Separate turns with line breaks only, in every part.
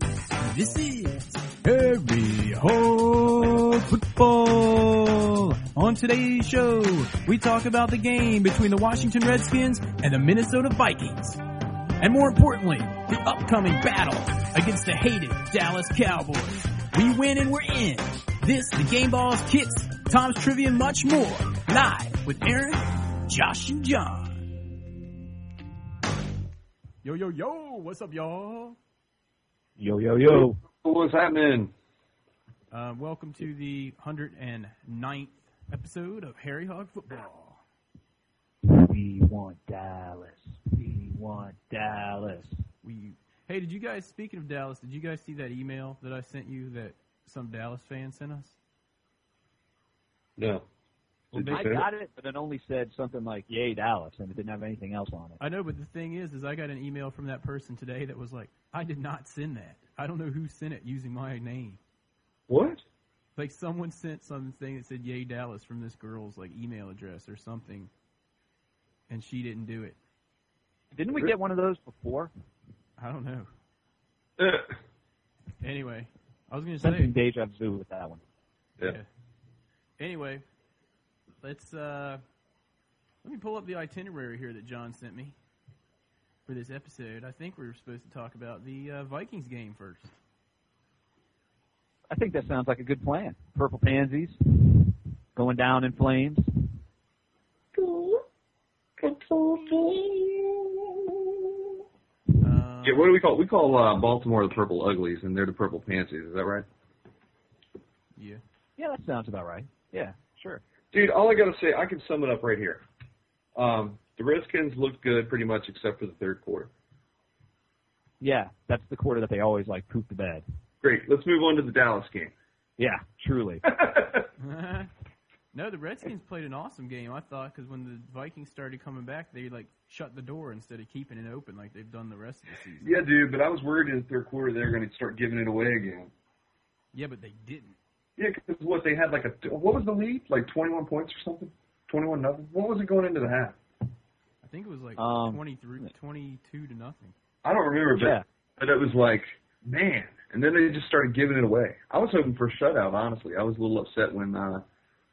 This is Harry Hog Football. On today's show, we talk about the game between the Washington Redskins and the Minnesota Vikings. And more importantly, the upcoming battle against the hated Dallas Cowboys. We win and we're in. This, the Game Balls, Kicks, Tom's Trivia, and much more. Live with Aaron, Josh, and John. Yo, yo, yo, what's up, y'all?
Yo, yo, yo.
What's happening?
Uh, welcome to the 109th episode of Harry Hog Football.
We want Dallas. We want Dallas.
We hey, did you guys? Speaking of Dallas, did you guys see that email that I sent you that some Dallas fan sent us?
No.
Well,
I got it, but it only said something like "Yay Dallas," and it didn't have anything else on it.
I know, but the thing is, is I got an email from that person today that was like, "I did not send that. I don't know who sent it using my name.
What?
Like someone sent something that said "Yay Dallas" from this girl's like email address or something, and she didn't do it.
Didn't we get one of those before?
I don't know.
Yeah.
Anyway, I was gonna say
Something deja vu with that one.
Yeah. anyway, let's uh, let me pull up the itinerary here that John sent me for this episode. I think we were supposed to talk about the uh, Vikings game first.
I think that sounds like a good plan. Purple pansies going down in flames.
Um,
Yeah, what do we call? We call uh, Baltimore the Purple Uglies, and they're the Purple Pansies. Is that right?
yeah.
Yeah, that sounds about right. Yeah, sure.
Dude, all I gotta say, I can sum it up right here. Um, the Redskins looked good pretty much except for the third quarter.
Yeah, that's the quarter that they always like poop the bed.
Great. Let's move on to the Dallas game.
Yeah, truly.
no, the Redskins played an awesome game, I thought, because when the Vikings started coming back, they like shut the door instead of keeping it open like they've done the rest of the season.
yeah, dude, but I was worried in the third quarter they were gonna start giving it away again.
Yeah, but they didn't.
Yeah, because what they had like a what was the lead? Like twenty-one points or something? Twenty-one nothing. What was it going into the half?
I think it was like
Um,
twenty three, twenty two 23, 22 to nothing.
I don't remember, but
yeah,
But it was like, man. And then they just started giving it away. I was hoping for a shutout, honestly. I was a little upset when uh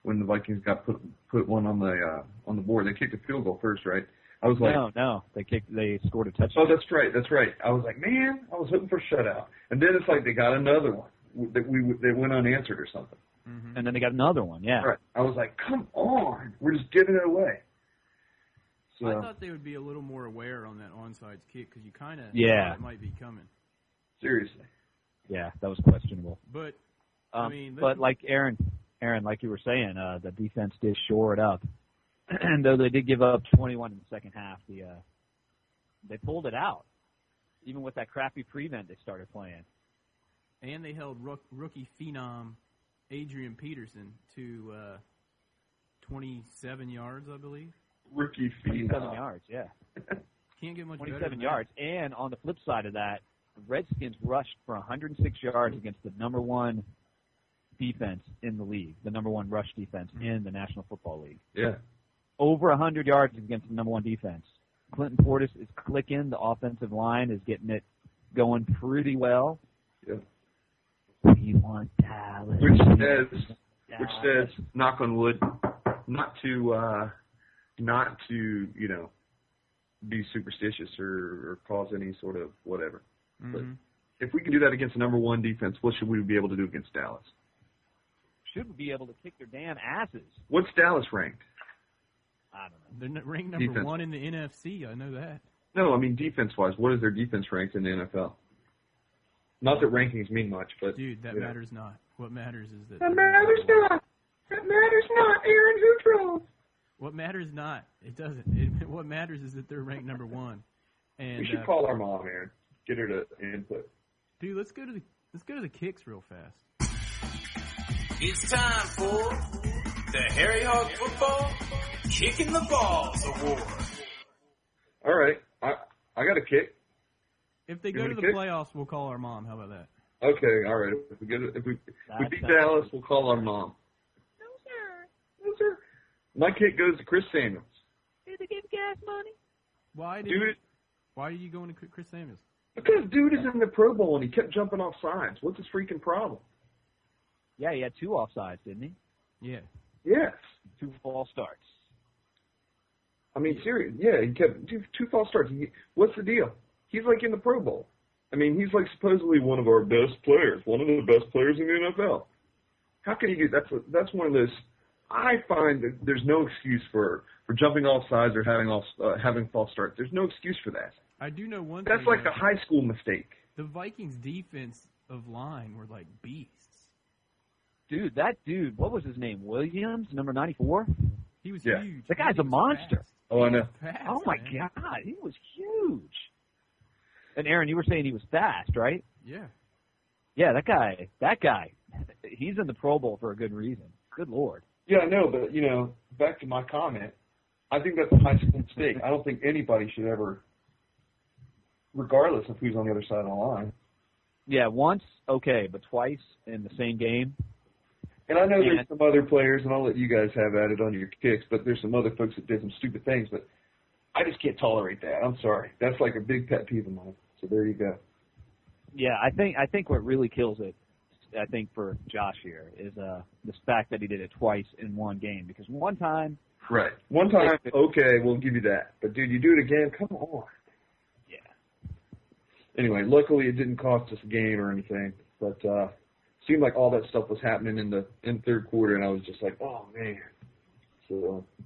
when the Vikings got put put one on the uh on the board. They kicked a field goal first, right? I was like
no, no, they kicked. They scored a
Oh,
touchdown.
that's right, that's right. I was like, man, I was hoping for a shutout. And then it's like they got another one that we that went unanswered or something.
Mm-hmm.
And then they got another one. Yeah.
Right. I was like, come on, we're just giving it away. So
I thought they would be a little more aware on that onside kick because you kind of
Yeah.
it might be coming.
seriously,
Yeah, that was questionable.
But
Um,
I mean,
but
listen-
like Aaron, Aaron, like you were saying, uh, the defense did shore it up, and though they did give up 21 in the second half, the uh, they pulled it out, even with that crappy prevent they started playing.
and they held rook, rookie phenom Adrian Peterson to uh, 27 yards, I believe.
rookie
27
phenom.
yards, yeah,
Can't get much better.
27
than
yards. And on the flip side of that, the Redskins rushed for 106 yards against the number one defense in the league, the number one rush defense in the National Football League.
Yeah.
over 100 yards against the number one defense. Clinton Portis is clicking. The offensive line is getting it going pretty well.
Yep.
We want Dallas.
Which
We
says-
want
which
Dallas.
says knock on wood not to uh not to you know be superstitious or, or cause any sort of whatever
that.
but-
Mhm.
if we can do that against the number one defense what should we be able to do against dallas
should be able to kick their damn asses.
what's dallas ranked
I don't
They're n- ranked number
Defense.
one in the NFC. I know that.
no i mean defense wise what is their defense ranked in the nfl not that rankings mean much but
Dude, that
Yeah.
matters not. What matters is that.
That
they're ranked number
matters
one.
that matters not aaron Hutrell.
What matters not. It doesn't. It, what matters is that they're ranked number one. And
we should
uh,
call our mom aaron get her to input
dude, let's go to the let's go to the kicks real fast.
It's time for the Harry Hog Football Kicking the Balls Award.
all right i i got a kick
If they
You
go
want
to the
to kick?
playoffs, we'll call our mom. How about that?
Okay, all right. If we get if we if we
That
beat
sounds-
Dallas, we'll call our mom. No sir, no sir. My kick goes to Chris Samuels.
Why did
Dude,
why are you going to Chris Samuels?
Because dude is in the Pro Bowl and he kept jumping off sides. What's his freaking problem?
Yeah, he had two offsides, didn't he?
Yeah.
Yes.
Two false starts.
I mean, serious. Yeah, he kept two, two false starts. He, what's the deal? He's like in the Pro Bowl. I mean, he's like supposedly one of our best players, one of the best players in the NFL. How can he get? That's a, that's one of those. I find that there's no excuse for for jumping off sides or having off uh, having false starts. There's no excuse for that.
I do know one
That's
thing.
like
though.
a high school mistake.
the Vikings defense of line were like beasts.
Dude, that dude, what was his name? Williams, number 94?
He was
Yeah.
huge.
That guy's
He
a
was
monster.
fast.
Oh, I know.
Fast,
Oh my
man.
god, he was huge. And Aaron, you were saying he was fast, right?
Yeah.
Yeah, that guy, that guy, he's in the Pro Bowl for a good reason. Good lord.
Yeah, I know, but you know, back to my comment, I think that's a high school mistake. I don't think anybody should ever, regardless of who's on the other side of the line.
Yeah, once okay, but twice in the same game.
And I know
Yeah.
there's some other players, and I'll let you guys have at it on your kicks, but there's some other folks that did some stupid things, but I just can't tolerate that. I'm sorry. That's like a big pet peeve of mine. So there you go.
Yeah, I think I think what really kills it, I think for Josh here is uh this fact that he did it twice in one game because one time,
Right. One time, okay, we'll give you that. But dude, you do it again, come on.
yeah,
anyway, luckily it didn't cost us a game or anything, but uh seemed like all that stuff was happening in the in third quarter and I was just like, Oh man. So uh,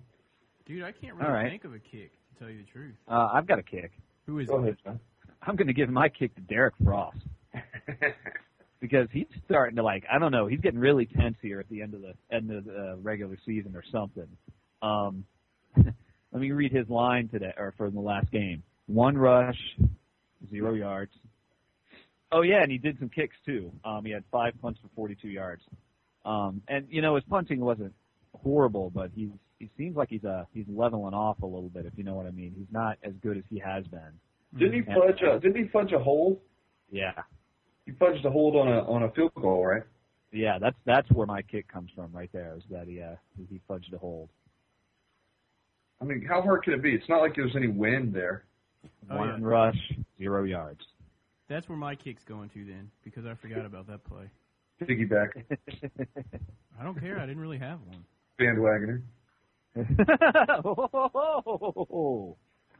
Dude, I can't really
All right.
think of a kick, to tell you the truth.
uh, I've got a kick.
Who
uh,
is
go
it?
ahead, John.
I'm going to give my kick to Derek Frost because he's starting to like I don't know he's getting really tense here at the end of the end of the uh, regular season or something. Um, let me read his line today or from the last game: one rush, zero yards. Oh yeah, and he did some kicks too. Um, he had five punts for 42 yards. Um, and you know his punting wasn't horrible, but he's he seems like he's uh he's leveling off a little bit if you know what I mean. He's not as good as he has been.
didn't he fudge a didn't he fudge a hole?
Yeah.
He fudged a hold on a on a field goal, right?
Yeah, that's that's where my kick comes from right there is that he uh he fudged a hold.
I mean, how hard could it be? It's not like there's any wind there.
Oh,
One
yeah.
rush, zero yards.
That's where my kick's going to then, because I forgot about that play.
Piggyback
I don't care. I didn't really have one.
bandwagoner.
Ooh,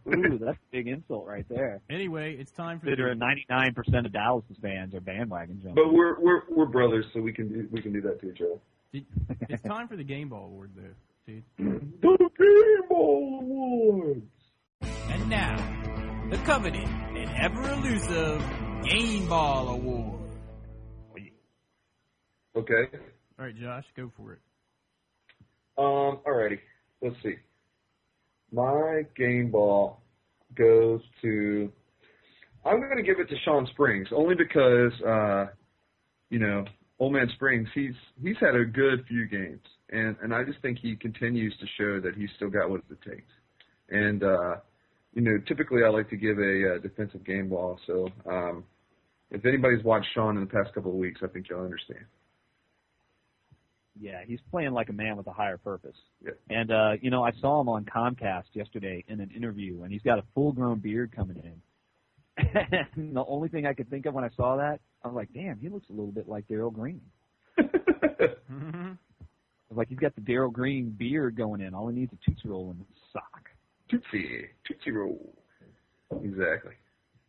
that's a big insult right there.
Anyway, it's time for
Considering
the,
99% of Dallas fans are bandwagon jumpers.
But we're we're we're brothers, so we can do we can do that to each other.
it's time for the game ball award though, dude.
The Game Ball Awards.
And now, the coveted and ever elusive Game Ball Award.
Okay.
All right, Josh, go for it.
Um, alrighty. Let's see. My game ball goes to I'm gonna give it to Sean Springs, only because uh you know, old man Springs, he's he's had a good few games and, and I just think he continues to show that he's still got what it takes. And uh you know, typically I like to give a uh, defensive game ball, so um if anybody's watched Sean in the past couple of weeks, I think you'll understand.
Yeah, he's playing like a man with a higher purpose.
Yeah.
And uh, you know, I saw him on Comcast yesterday in an interview, and he's got a full-grown beard coming in. and the only thing I could think of when I saw that, I was like, damn, he looks a little bit like Daryl Green. I was like, he's got the Daryl Green beard going in. All he needs is a tootsie roll and a sock,
Tootsie, Tootsie Roll. Exactly.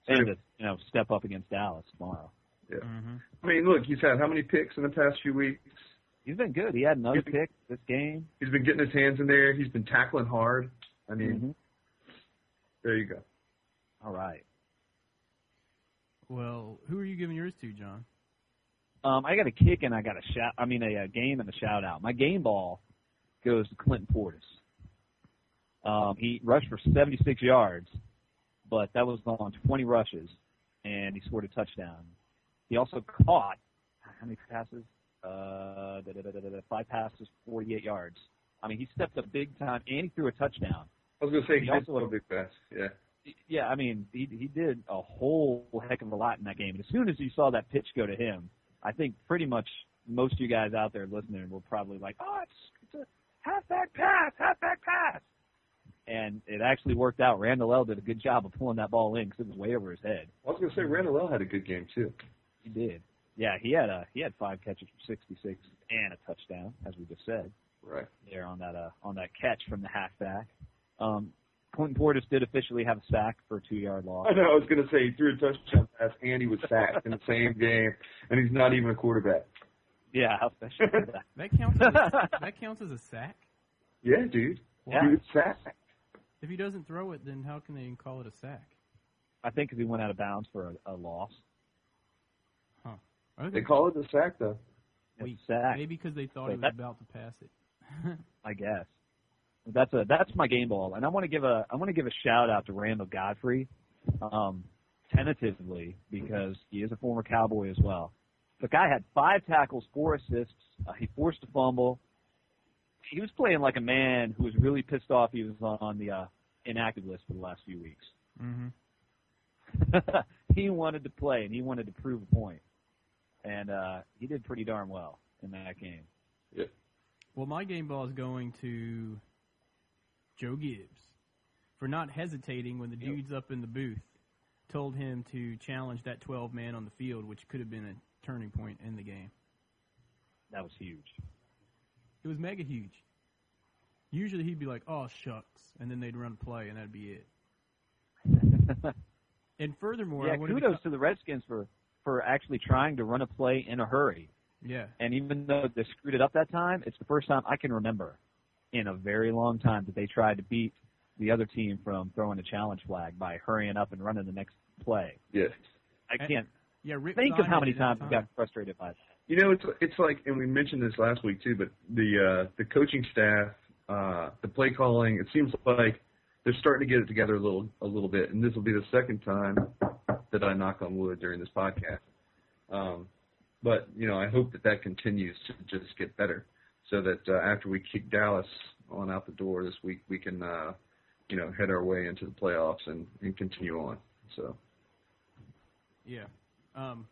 and to, you know, step up against Dallas tomorrow.
Mm-hmm.
I mean, look, he's had how many picks in the past few weeks?
He's been good. He had another pick this game.
He's been getting his hands in there. He's been tackling hard. I mean,
Mhm.
there you go.
All right.
Well, who are you giving yours to, John?
Um, I got a kick and I got a shout. I mean, a, uh game and a shout out. My game ball goes to Clinton Portis. Um, he rushed for 76 yards, but that was on 20 rushes, and he scored a touchdown. He also caught how many passes? Uh, da, da, da, da, da, da, five passes, 48 yards. I mean, he stepped up big time, and he threw a touchdown.
I was gonna say
He
he
also-
also a big pass. Yeah.
yeah, I mean, he he did a whole heck of a lot in that game. And as soon as you saw that pitch go to him, I think pretty much most of you guys out there listening were probably like, "Oh, it's, it's a halfback pass, halfback pass." and it actually worked out. Randall L did a good job of pulling that ball in because it was way over his head.
I was gonna say Randall L had a good game too.
He did. Yeah, he had a he had five catches for 66 and a touchdown, as we just said
Right.
there on that uh, on that catch from the halfback. Um, Quentin Portis did officially have a sack for a two yard loss.
I know. I was gonna say he threw a touchdown pass and he was sacked in the same game, and he's not even a quarterback.
Yeah, how special is that?
That counts. As a, that counts as a sack.
Yeah, dude.
Yeah.
Dude, sacked.
If he doesn't throw it, then how can they even call it a sack?
I think 'cause he went out of bounds for a, a loss.
I don't
They
think-
call it the sack though.
It's
Wait,
a sack,
Maybe because they thought he
Wait,
was
that-
about to pass it.
I guess. That's a that's my game ball, and I want to give a I want to give a shout out to Randall Godfrey, um, tentatively because he is a former Cowboy as well. The guy had five tackles, four assists. Uh, he forced a fumble. He was playing like a man who was really pissed off. He was on the uh, inactive list for the last few weeks.
mm-hmm.
he wanted to play and he wanted to prove a point, and uh, he did pretty darn well in that game.
Well, my game ball is going to Joe Gibbs for not hesitating when the dudes up in the booth told him to challenge that 12 man on the field, which could have been a turning point in the game.
That was huge.
It was mega huge. Usually he'd be like, oh, shucks, and then they'd run a play, and that'd be it. and furthermore, I
yeah,
wanted
kudos
To,
to the Redskins for for actually trying to run a play in a hurry.
yeah,
And even though they screwed it up that time, it's the first time I can remember in a very long time that they tried to beat the other team from throwing a challenge flag by hurrying up and running the next play.
Yeah.
I
And-
can't
yeah. Rick
think of
Stein
how
had
many
it at
times
the
I
time.
got frustrated by that.
You know, it's it's like, and we mentioned this last week too, but the uh, the coaching staff, uh, the play calling, it seems like they're starting to get it together a little a little bit, and this will be the second time that I knock on wood during this podcast. Um, but you know, I hope that that continues to just get better, so that uh, after we kick Dallas on out the door this week, we can uh, you know head our way into the playoffs and and continue on. So
Yeah. Um,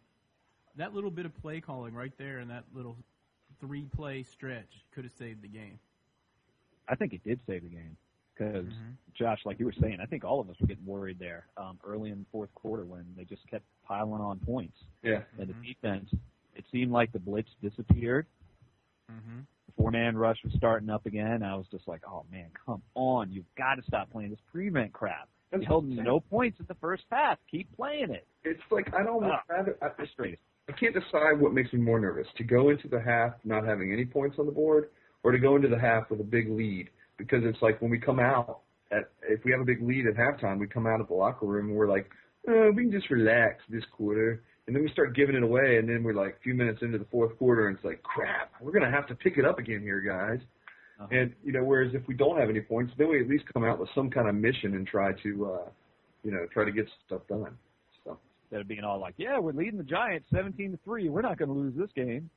that little bit of play calling right there in that little three play stretch could have saved the game.
I think it did save the game because
Mm-hmm.
Josh, like you were saying, I think all of us were getting worried there um, early in the fourth quarter when they just kept piling on points.
yeah,
And the
Mhm.
defense, it seemed like the blitz disappeared.
Mm-hmm.
The four man rush was starting up again. I was just like, oh man, come on. You've got to stop playing this prevent crap. You held them to no points in the first half. Keep playing it.
it's like I don't
Ah.
rather. I,
Frustrated.
I can't decide what makes me more nervous: to go into the half not having any points on the board, or to go into the half with a big lead. Because it's like when we come out at if we have a big lead at halftime, we come out of the locker room and we're like, oh, we can just relax this quarter, and then we start giving it away, and then we're like a few minutes into the fourth quarter, and it's like, crap, we're gonna have to pick it up again here, guys.
Uh-huh.
And you know, whereas if we don't have any points, then we at least come out with some kind of mission and try to, uh, you know, try to get stuff done. So
Instead of being all like, yeah, we're leading the Giants 17 to 3. We're not going to lose this game.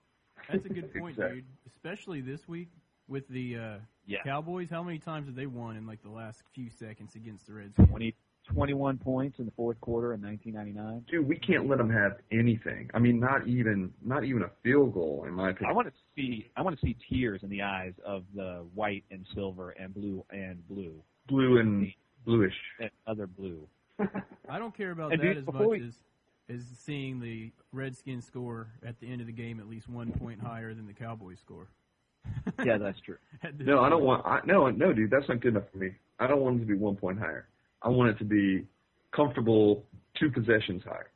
That's a good point,
Exactly.
dude. Especially this week with the uh,
Yeah.
Cowboys. How many times have they won in like the last few seconds against the Redskins?
20, 21 points in the fourth quarter in 1999.
dude, we can't let them have anything. I mean, not even not even a field goal, in my
I
opinion.
want to see I want to see tears in the eyes of the white and silver and blue and blue
Blue and bluish.
and other blue.
I don't care about
And
that
dude,
as much
before we-
as as seeing the Redskins score at the end of the game at least one point higher than the Cowboys score.
Yeah, that's true.
At this
No, I don't
point.
want. I, no, no, dude, that's not good enough for me. I don't want it to be one point higher. I want it to be comfortable two possessions higher.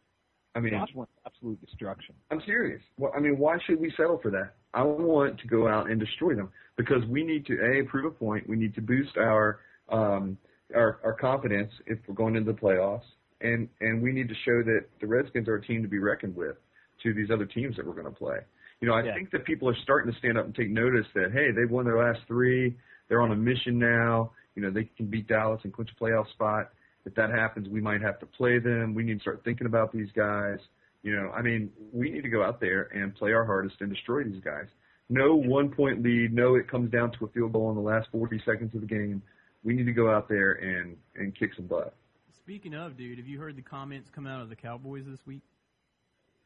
I mean,
Josh wants absolute destruction.
I'm serious. Well, I mean, why should we settle for that? I want to go out and destroy them because we need to a prove a point. We need to boost our um, our, our confidence if we're going into the playoffs, and and we need to show that the Redskins are a team to be reckoned with to these other teams that we're going to play. You know, I
Yeah.
think that people are starting to stand up and take notice that hey, they've won their last three. They're on a mission now. You know, they can beat Dallas and clinch a playoff spot. If that happens, we might have to play them. We need to start thinking about these guys. You know, I mean, we need to go out there and play our hardest and destroy these guys. No one point lead. No, it comes down to a field goal in the last 40 seconds of the game. We need to go out there and and kick some butt.
Speaking of, dude, have you heard the comments come out of the Cowboys this week?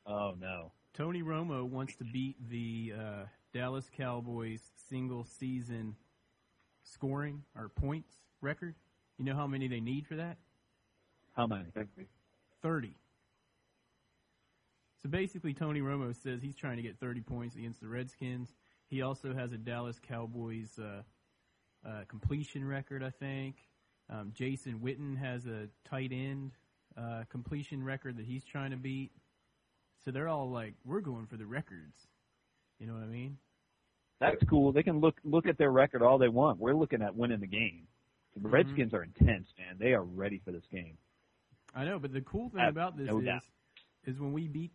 Oh no.
Tony Romo wants to beat the uh, Dallas Cowboys single season scoring or points record. You know how many they need for that?
How many?
Thank me.
30. So basically, Tony Romo says he's trying to get 30 points against the Redskins. He also has a Dallas Cowboys uh, uh, completion record, I think. Um, Jason Witten has a tight end uh, completion record that he's trying to beat. So they're all like, we're going for the records. You know what I mean?
That's cool. They can look look at their record all they want. We're looking at winning the game. The
Mm-hmm.
Redskins are intense, man. They are ready for this game.
I know, but the cool thing
Uh,
about this
no
is,
doubt.
is when we beat,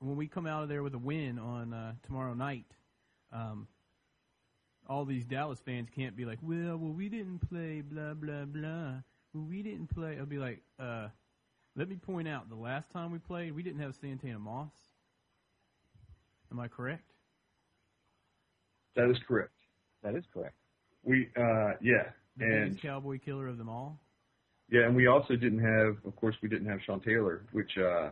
when we come out of there with a win on uh, tomorrow night, um, all these Dallas fans can't be like, well, well, we didn't play, blah blah blah. Well, we didn't play. I'll be like, uh, let me point out, the last time we played, we didn't have Santana Moss. Am I correct?
That is correct.
That is correct.
We uh yeah.
The
And
biggest cowboy killer of them all.
yeah, and we also didn't have of course we didn't have Sean Taylor, which uh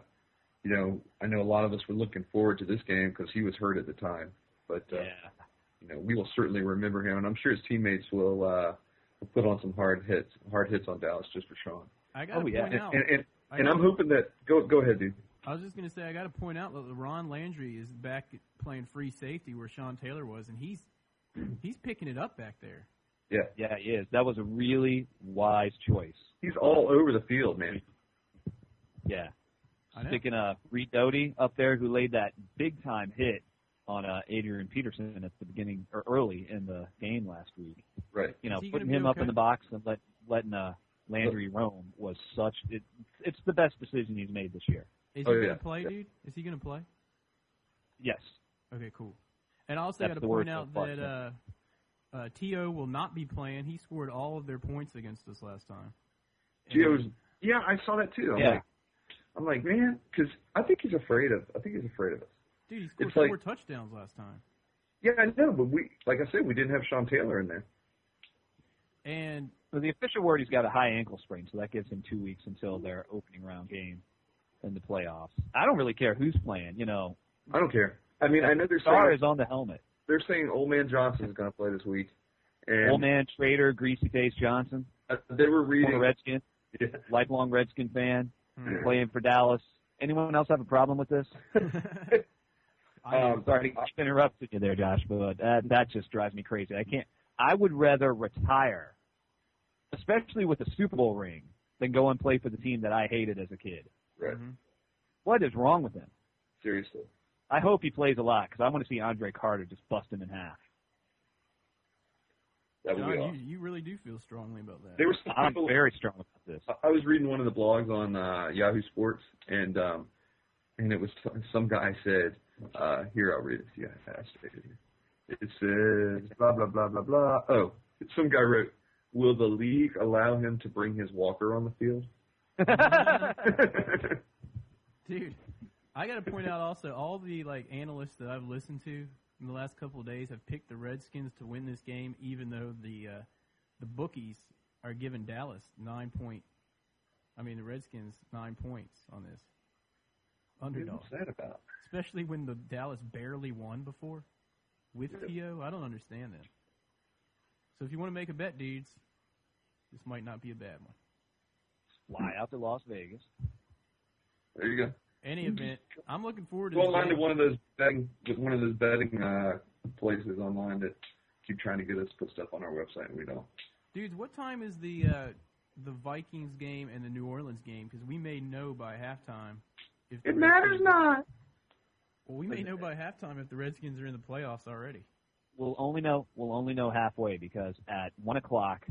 you know, I know a lot of us were looking forward to this game because he was hurt at the time. But uh, you know, we will certainly remember him, and I'm sure his teammates will uh, will put on some hard hits, hard hits on Dallas just for Sean.
I gotta
Oh, yeah.
point
And
out.
and, and,
I
and I'm
gotta-
hoping that go go ahead, dude.
I was just going to say, I got to point out that Ron Landry is back playing free safety where Sean Taylor was, and he's he's picking it up back there.
Yeah,
Yeah, it is. That was a really wise choice.
he's all over the field, man.
Yeah.
I know.
Sticking uh, Reed Doty up there who laid that big time hit on uh, Adrian Peterson at the beginning or early in the game last week.
Right.
You know,
Is he
putting
gonna be
him up
okay?
in the box and let, letting uh, Landry roam was such it, it's the best decision he's made this year.
Is
Oh,
he
yeah.
going to play,
Yeah.
dude? Is he going to play?
Yes.
Okay, cool. And I also
That's
got to
the
point
word
out
so far,
that uh, uh, To will not be playing. He scored all of their points against us last time. And-
Geo's, yeah, I saw that too. I'm
Yeah.
like, I'm like, man, because I think he's afraid of. I think he's afraid of us.
dude, he scored
it's like-
four touchdowns last time.
Yeah, I know, but we, like I said, we didn't have Sean Taylor in there.
And
So the official word he's got a high ankle sprain, so that gives him two weeks until their opening round game in the playoffs. I don't really care who's playing, you know.
I don't care. I mean, I know they're
Star
saying
is on the helmet.
they're saying Old Man Johnson is going to play this week, and
Old man Trader, Greasy Face Johnson,
uh, they were
former
reading.
Redskin,
Yeah.
lifelong Redskin fan,
Hmm.
playing for Dallas. Anyone else have a problem with this?
I,
Um,
Sorry to keep interrupting you there, Josh, but that, that just drives me crazy. I can't. I would rather retire, especially with a Super Bowl ring, than go and play for the team that I hated as a kid.
Right.
Mhm.
What is wrong with him?
Seriously.
I hope he plays a lot because I want to see Andre Carter just bust him in half.
That would
John,
be
you,
awesome.
you really do feel strongly about that.
They were some
I'm
people.
very strong about this.
I- I was reading one of the blogs on uh, Yahoo Sports, and um, and it was some guy said, uh, "Here, I'll read it. Yeah, I stated it. here. It says blah blah blah blah blah. Oh, some guy wrote, "Will the league allow him to bring his walker on the field?"
Dude, I got to point out also all the like analysts that I've listened to in the last couple of days have picked the Redskins to win this game, even though the uh, the bookies are giving Dallas nine point. I mean, the Redskins nine points on this underdog,
What's that about?
especially when the Dallas barely won before with To. I don't understand that. So if you want to make a bet, dudes, this might not be a bad one.
Fly out to Las Vegas.
There you go.
Any event, I'm looking forward to.
Go
this
online to
game.
one of those betting one of those betting uh, places online that keep trying to get us to put stuff on our website, and we don't.
Dudes, what time is the uh, the Vikings game and the New Orleans game? Because we may know by halftime. If the
It matters
Redskins-
not.
Well, we may know by halftime if the Redskins are in the playoffs already.
We'll only know. We'll only know halfway because at one o'clock,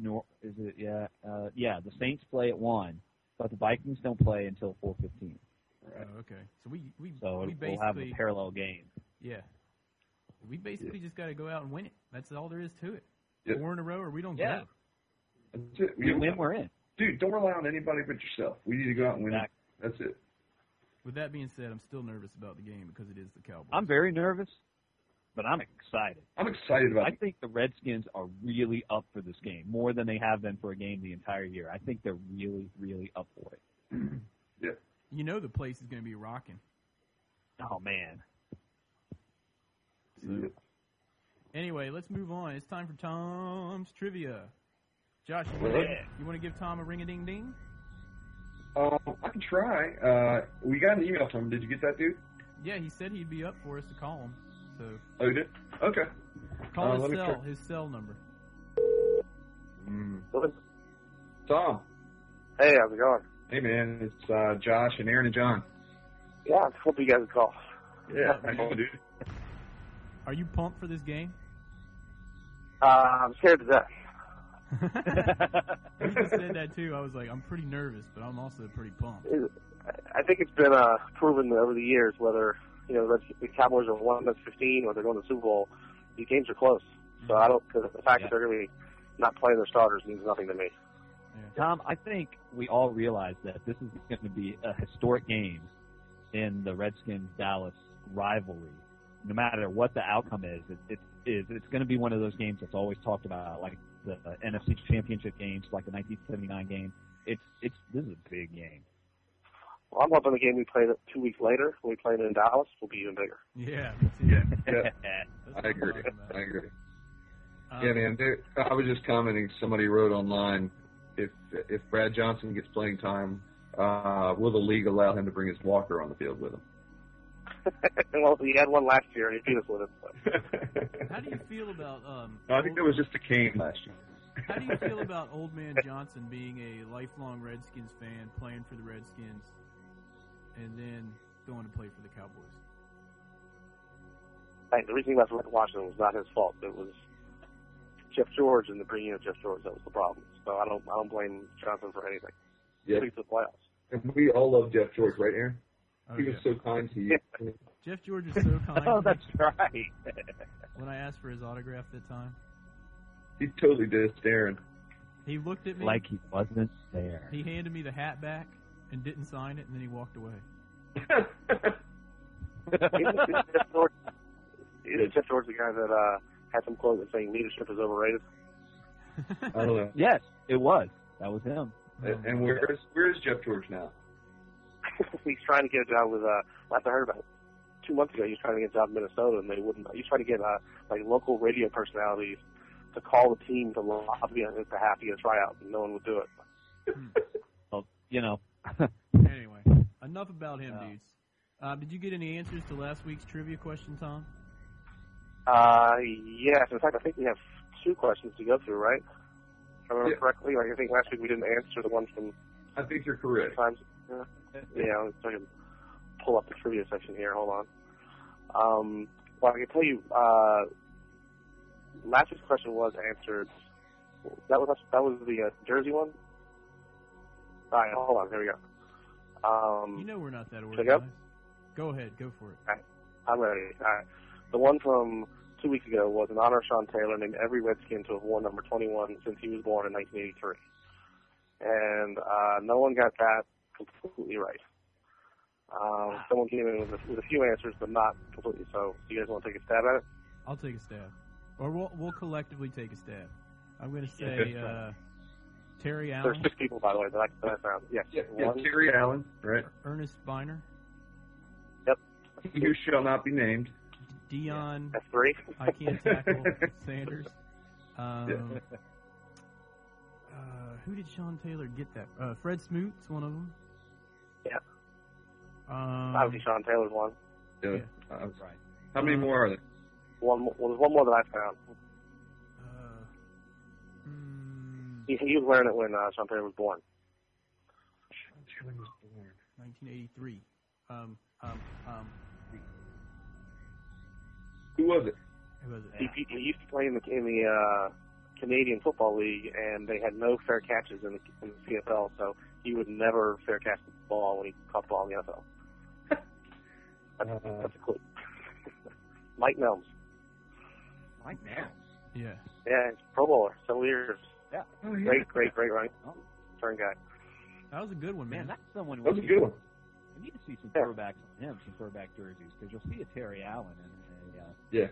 nor is it? Yeah, uh, yeah. The Saints play at one, but the Vikings don't play until four fifteen.
Right.
Oh, okay. So we we
So
we
it- we'll have a
basically
parallel game.
yeah. We basically just got to go out and win it. That's all there is to it.
Yeah.
Four in a row, or we don't
Yeah.
go.
That's it.
We
don't-
win, we're in.
dude, don't rely on anybody but yourself. We need to go out and win.
Exactly.
That's it.
With that being said, I'm still nervous about the game because it is the Cowboys.
I'm very nervous, but I'm excited.
I'm excited about
I
it.
think the Redskins are really up for this game more than they have been for a game the entire year. I think they're really, really up for it.
Yeah.
you know the place is going to be rocking.
Oh man,
So anyway, let's move on. It's time for Tom's trivia. Josh, you,
Well,
wanna-
yeah.
you want to give Tom a ring a ding ding?
Um, I can try. Uh, we got an email from him. Did you get that, dude?
Yeah, he said he'd be up for us to call him. So
Oh, you did? Okay.
call
Uh,
his
let me
cell,
check.
his cell number.
Mm. Tom.
Hey, how's it going?
Hey, man. It's uh, Josh and Aaron and John.
Yeah, I'm hoping you guys would call.
Yeah. How you doing, dude?
Are you pumped for this game?
Uh, I'm scared to death.
you just
That's
said that too. I was like, I'm pretty nervous, but I'm also pretty pumped.
Is- I think it's been uh, proven over the years whether you know the the Cowboys are one that's 15 or they're going to the Super Bowl. These games are close, so I don't. Cause the fact
Yeah.
that they're going to be not playing their starters means nothing to me.
Tom, I think we all realize that this is going to be a historic game in the Redskins Dallas rivalry. No matter what the outcome is, it, it is it's going to be one of those games that's always talked about, like the uh, NFC Championship games, like the 1979 game. It's it's this is a big game.
Well, I'm hoping the game we play that two weeks later when we play it in Dallas will be even bigger.
Yeah, me too.
Yeah. yeah.
That's what
I
I'm
agree.
talking about.
I agree.
Um,
Yeah, man. There, I was just commenting. Somebody wrote online, if if Brad Johnson gets playing time, uh, will the league allow him to bring his walker on the field with him?
well, he had one last year and he beat us with it. But
How do you feel about um?
I think that was just a cane last year.
How do you feel about Old Man Johnson being a lifelong Redskins fan, playing for the Redskins, and then going to play for the Cowboys?
like, the reason he left Washington was not his fault. It was Jeff George and the bringing of Jeff George that was the problem. So I don't I don't blame Johnson for anything.
Yeah,
At least the playoffs.
and we all love Jeff George, right, Aaron?
Oh,
he
yeah.
was so kind to you.
Jeff George is so kind.
Oh, that's right.
when I asked for his autograph that time,
he totally dissed Aaron.
he looked at me.
like he wasn't there.
he handed me the hat back and didn't sign it, and then he walked away.
Isn't Jeff George, isn't Jeff George the guy that uh, had some quote that saying leadership is overrated?
I don't know.
yes, it was. That was him.
And and where's where's Jeff George now?
he's trying to get a job with uh, last I heard about it, two months ago, he was trying to get a job in Minnesota, and they wouldn't. He's trying to get uh, like local radio personalities to call the team to lobby on his behalf to get a tryout, and no one would do it.
Well, you know,
Anyway, enough about him,
Oh.
dudes. Uh, did you get any answers to last week's trivia question, Tom?
Uh, yes. In fact, I think we have two questions to go through, right? If I remember
Yeah.
correctly, like I think last week we didn't answer the one from
I think you're correct.
times. Yeah, yeah so I can pull up the trivia section here. Hold on. Um, well, I can tell you, uh, last week's question was answered. That was that was the uh, Jersey one. All right, hold on. Here we go. Um,
You know we're not that
Check out.
organized. Go ahead, go for it.
I'm ready. All right. The one from two weeks ago was in honor of Sean Taylor, named every Redskin to have worn number 21 since he was born in 1983. And uh, no one got that completely right. Um, someone came in with a, with a few answers, but not completely. So, do you guys want to take a stab at it?
I'll take a stab, or we'll we'll collectively take a stab. I'm going to say uh, Terry
There's
Allen,
six people, by the way, that I, that I found. Yes.
Yeah, yeah,
One,
Terry Allen, right?
Ernest Biner,
He who shall not be named.
Dion.
that's three.
I can't tackle Sanders. Um, uh, who did Sean Taylor get that? Uh, Fred Smoot's one of them.
Yeah.
Um,
Obviously, Sean Taylor's one.
Yeah.
Yeah.
Uh,
right.
how many more are there?
One, mo- well, there's one more that I found.
uh, hmm,
He, he was wearing it when uh, Sean Taylor was born.
1983. Um, um, um,
Who was it?
who was it?
He, he he used to play in the in the uh, Canadian Football League, and they had no fair catches in the, in the CFL, so he would never fair catch the ball when he caught the ball in the NFL.
Uh,
That's a clue. Mike Nelms,
Right now.
Yeah.
yeah, he's Pro Bowler, several years,
oh, yeah. Oh.
great, great, great running turn guy.
That was a good one, man.
Man, that's someone.
That was
we
a
should-
good one.
We need to see some
Yeah.
throwbacks on him, some throwback jerseys, because you'll see a Terry Allen and a, uh,
Yeah.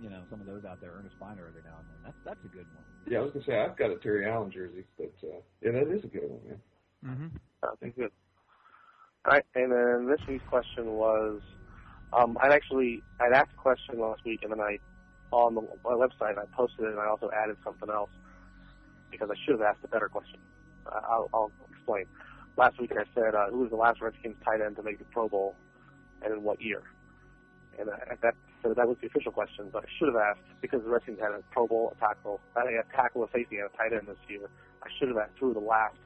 you know some of those out there, Ernest Biner every now and then. That's that's a good one.
Yeah, I was gonna say I've got a Terry Allen jersey, but uh, yeah, that is a good one, man.
mm-hmm.
Sounds good. All right, and then this week's question was, um, I'd actually I'd asked a question last week, and then I on the, my website I posted it, and I also added something else. because I should have asked a better question. Uh, I'll, I'll explain. Last week I said uh, who was the last Redskins tight end to make the Pro Bowl, and in what year? And uh, at that so that was the official question, but I should have asked because the Redskins had a Pro Bowl, a tackle, I think a tackle, a safety, and a tight end this year. I should have asked who were the last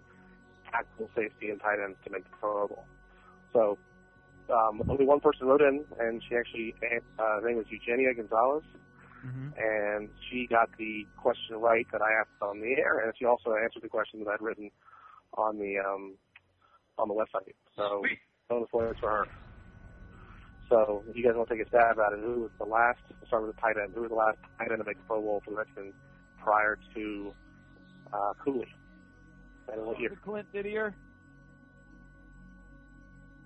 tackle, safety, and tight ends to make the Pro Bowl. So um, only one person wrote in, and she actually uh, her name was Eugenia Gonzalez,
Mm-hmm.
and she got the question right that I asked on the air, and she also answered the question that I'd written on the um, on the website. So
Sweet.
bonus points for her. So if you guys want to take a stab at it, who was the last? We'll start with the tight end. Who was the last tight end to make the Pro Bowl for the Redskins prior to uh, Cooley? And
Oh,
what year?
Clint Didier.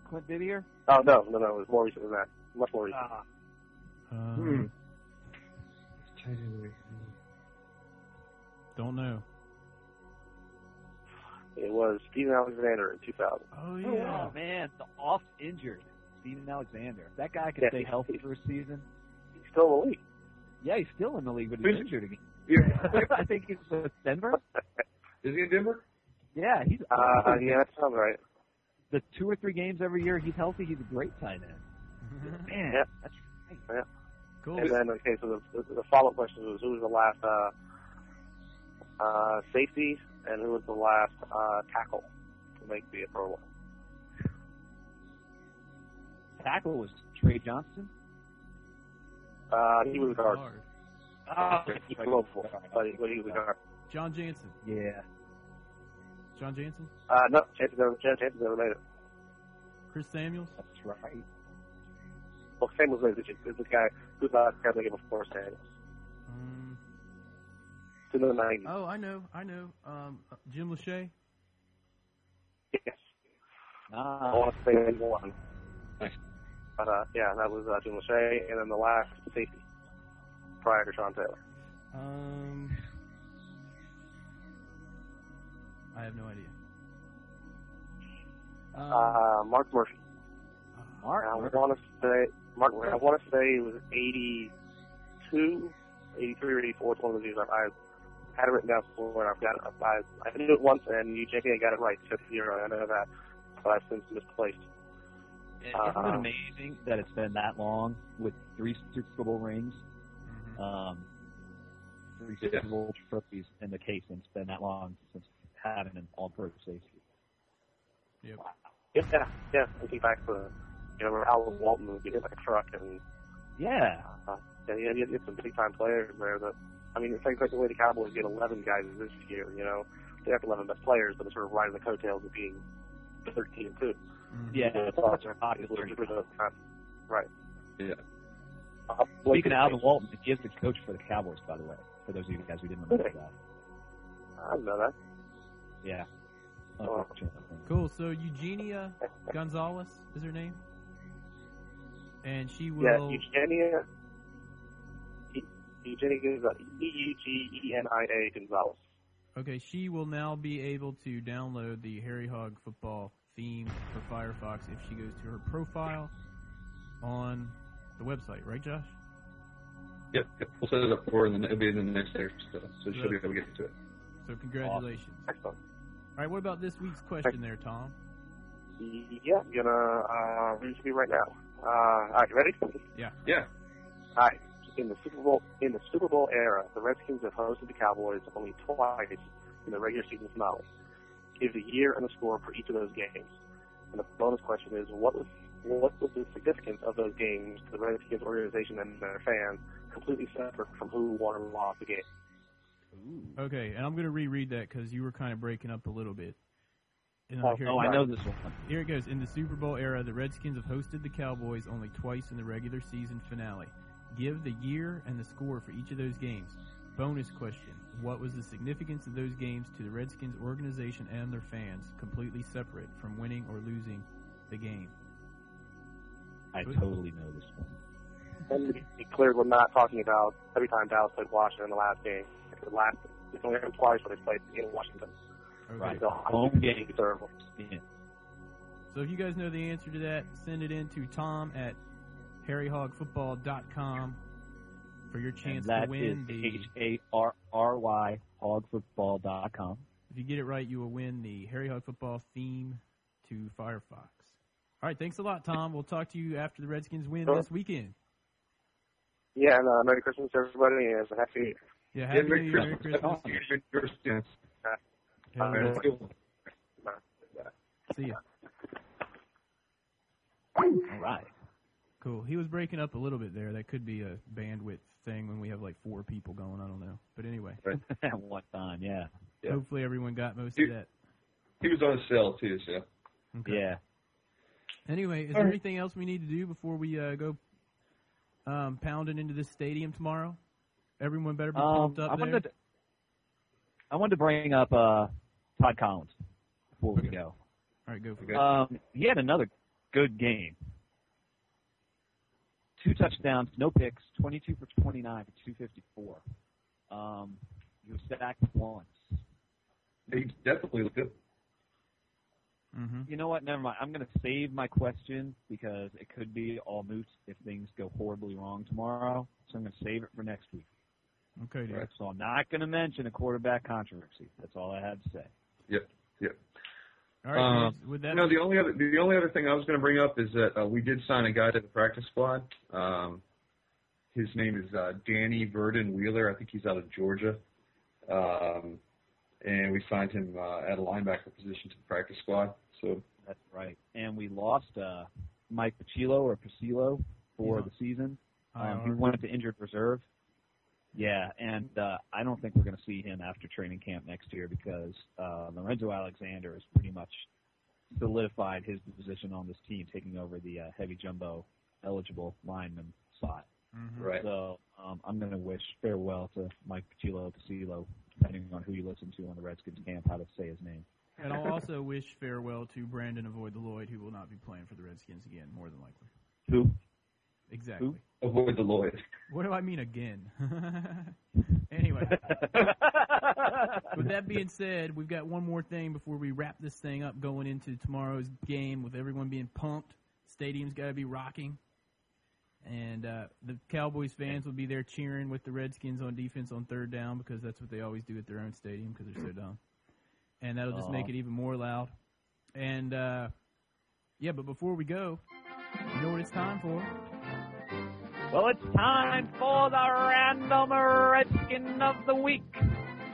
Clint Didier.
Oh no, no, no! It was more recent than that. Much more recent.
Uh,
Hmm.
Um,
Tight end week.
Don't know.
It was Stephen Alexander in 2000.
Oh
oh,
yeah.
man, the off injured Steven Alexander. If that guy can
Yeah.
stay healthy for a season.
He's still in the league.
Yeah, he's still in the league, but he's
Who's-
injured again.
Yeah.
I think he's with Denver.
Is he in Denver?
Yeah, he's
Uh, yeah, that sounds right.
the two or three games every year he's healthy. He's a great tight end.
Mm-hmm.
Man,
Yeah.
that's
cool.
And then, okay, so the, the follow-up question was who was the last uh, uh, safety and who was the last uh, tackle to make the Pro Bowl?
tackle was Trey Johnson.
Uh, he was a guard.
Hard.
Oh,
Ah, He was local, but he, but he was a guard.
John Jansen.
Yeah.
John Jansen.
Uh, no, chances never, chances never made it.
Chris Samuels.
That's right.
Well, Samuels made it. It's the guy who's not going to make it before Samuels.
Um,
It's in the 90s.
oh, I know. I know. Um, uh, Jim Lachey.
Yes. I
Ah,
want to say 81. But, uh, yeah, that was uh, Jim Lachey, and then the last safety prior to Sean Taylor.
Um, I have no idea. Um,
uh,
Uh, Mark Murphy.
Mark.
I
Murphy.
want to say, Mark, I want to say it was 82, 83 or 84. It's one of those years. I, I had it written down before and I've got it. I, I knew it once and you, JK, got it right. Fifth year, I know that. But I've since misplaced.
Isn't it
uh,
amazing that it's been that long with three Super Bowl rings, um, three Super
Yeah.
Bowl trophies in the case, and it's been that long since having an all-pro safety.
Yeah, yeah, yeah. I think back to, you know, Al Walton would be hit like a truck and,
Yeah.
uh, yeah, yeah, you had some big time players there that, I mean, it's like the way the Cowboys get 11 guys this year, you know. They have 11 best players, but it's sort of riding the coattails of being 13 and 2.
mm-hmm.
Yeah.
it's all their pockets where you put those kind- Right.
Yeah.
Uh,
Speaking of Alvin Walton, he is the coach for the Cowboys, by the way. For those of you guys who didn't remember
Really?
that.
I don't know that.
Yeah.
Oh.
Unfortunately.
Cool. So Eugenia Gonzalez is her name, and she
Yeah,
will.
Eugenia. E- Eugenia Gonzalez. E U G E N I A Gonzalez.
Okay, she will now be able to download the Harry Hog football theme for Firefox if she goes to her profile on the website, right, Josh?
Yep. yep. We'll set it up for her, and then it'll be in the next day or so, so she'll be able to get to it.
So congratulations.
Excellent.
All right, what about this week's question there, Tom?
Yeah, I'm gonna uh, read it to you right now. Uh, all right, you ready?
Yeah.
Hi. In the Super Bowl in the Super Bowl era, the Redskins have hosted the Cowboys only twice in the regular season finale. Give the year and the score for each of those games. And the bonus question is what was what was the significance of those games to the Redskins organization and their fans, completely separate from who won or lost the game?
Okay, and I'm going to reread that because you were kind of breaking up a little bit. And
Oh,
here,
Oh, I know this one.
Here it goes. In the Super Bowl era, the Redskins have hosted the Cowboys only twice in the regular season finale. Give the year and the score for each of those games. Bonus question What was the significance of those games to the Redskins organization and their fans, completely separate from winning or losing the game?
I totally know this one.
And to be clear, we're not talking about every time Dallas played Washington in the last game. The last it's only happened twice when they played in Washington.
Okay.
Right.
So I
Home
think
game.
it's terrible.
Yeah.
So if you guys know the answer to that, send it in to Tom at harryhogfootball.com for your chance
and that
to win
is
the.
H A R ryhogfootball.com.
If you get it right, you will win the Harry Hog football theme to Firefox. All right, thanks a lot, Tom. We'll talk to you after the Redskins win
Sure.
this weekend.
Yeah, and uh, Merry Christmas to everybody, and happy.
Yeah,
Yeah,
happy New
Merry
Year, Merry
Christmas.
Christmas.
Merry Christmas.
Hell
Merry
yeah.
Christmas.
See ya.
All right.
Cool. He was breaking up a little bit there. That could be a bandwidth thing when we have like four people going. I don't know. But anyway,
At one time, yeah.
Yeah.
hopefully everyone got most of
Dude.
that.
He was on a cell too, so
Okay.
Yeah.
Anyway, is
All
there
right.
anything else we need to do before we uh, go um, pounding into this stadium tomorrow? Everyone better be
Um,
pumped up
I
there.
wanted to, I wanted to bring up uh, Todd Collins before we
Okay.
go.
All right, go for
Okay.
it.
Um, he had another good game. Two touchdowns, no picks, 22 for 29 for 254. Um, he was sacked once.
he definitely looked good.
Mm-hmm.
You know what? Never mind. I'm going to save my question because it could be all moot if things go horribly wrong tomorrow. So I'm going to save it for next week.
Okay, dude.
Right.
So I'm not going to mention a quarterback controversy. That's all I had to say.
All right,
Um,
dudes, with that,
No, the only other the only other thing I was going to bring up is that uh, we did sign a guy to the practice squad. Um, his name is uh, Danny Verdon Wheeler. I think he's out of Georgia, um, and we signed him uh, at a linebacker position to the practice squad. So
That's right. And we lost uh, Mike Pacillo or Pacillo for
Yeah.
the season. Um, he
IR.
went to injured reserve. Yeah, and uh, I don't think we're going to see him after training camp next year because uh, Lorenzo Alexander has pretty much solidified his position on this team, taking over the uh, heavy jumbo eligible lineman slot.
Mhm.
right,
So um, I'm going to wish farewell to Mike Pacillo, Pacillo, depending on who you listen to on the Redskins camp, how to say his name.
and I'll also wish farewell to Brandon Avoid the Lloyd, who will not be playing for the Redskins again, more than likely.
Who?
Exactly.
avoid the Lloyd.
What do I mean again? anyway, with that being said, we've got one more thing before we wrap this thing up going into tomorrow's game with everyone being pumped. Stadium's got to be rocking. And uh, the Cowboys fans will be there cheering with the Redskins on defense on third down because that's what they always do at their own stadium because they're so dumb. And that'll just make
Aw.
it even more loud. And uh, yeah, but before we go, you know what it's time for?
Well, it's time for the random redskin of the week.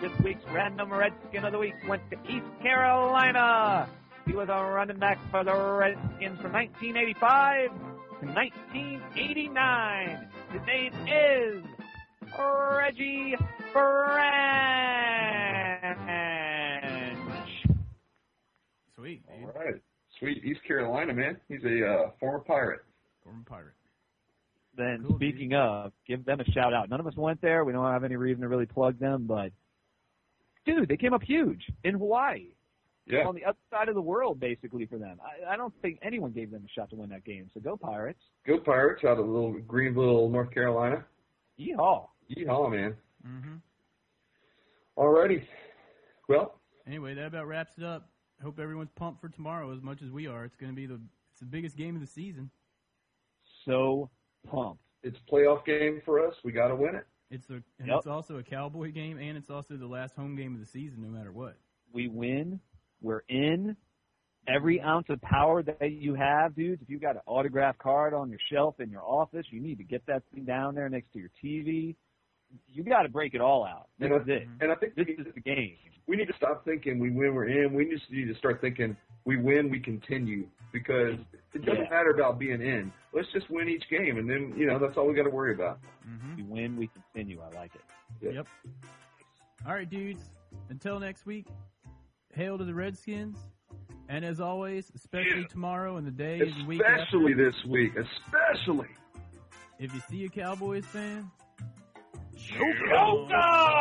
This week's random redskin of the week went to East Carolina. He was a running back for the Redskins from 1985 to 1989. His name is Reggie Branch.
Sweet, dude.
All right, sweet East Carolina man. He's a uh, former pirate.
Former pirate.
Then
Cool,
speaking of, give them a shout out. None of us went there. We don't have any reason to really plug them, but dude, they came up huge in Hawaii,
Yeah,
on the other side of the world, basically for them. I, I don't think anyone gave them a shot to win that game. So go Pirates!
go Pirates out of little Greenville, North Carolina.
Yeehaw!
Yeehaw, man.
hmm
Alrighty. Well,
Anyway, that about wraps it up. Hope everyone's pumped for tomorrow as much as we are. It's going to be the it's the biggest game of the season.
So pumped.
it's a playoff game for us. We got to win it.
It's a and
Yep.
it's also a Cowboy game, and it's also the last home game of the season, no matter what.
We win. We're in. Every ounce of power that you have, dudes. If you got an autograph card on your shelf in your office, you need to get that thing down there next to your TV. You got to break it all out. This
Yeah.
is it.
And I think
This
we,
is the game.
we need to stop thinking we win, we're in. We just need to start thinking we win, we continue. Because it doesn't
Yeah.
matter about being in. Let's just win each game, and then you know that's all we got to worry about.
Mm-hmm.
We win, we continue. I like it.
Yeah.
Yep. All right, dudes. Until next week, hail to the Redskins, and as always, especially
Yeah.
tomorrow and the days and week
Especially
after,
this week. Especially.
if you see a Cowboys fan,
Choke 'em.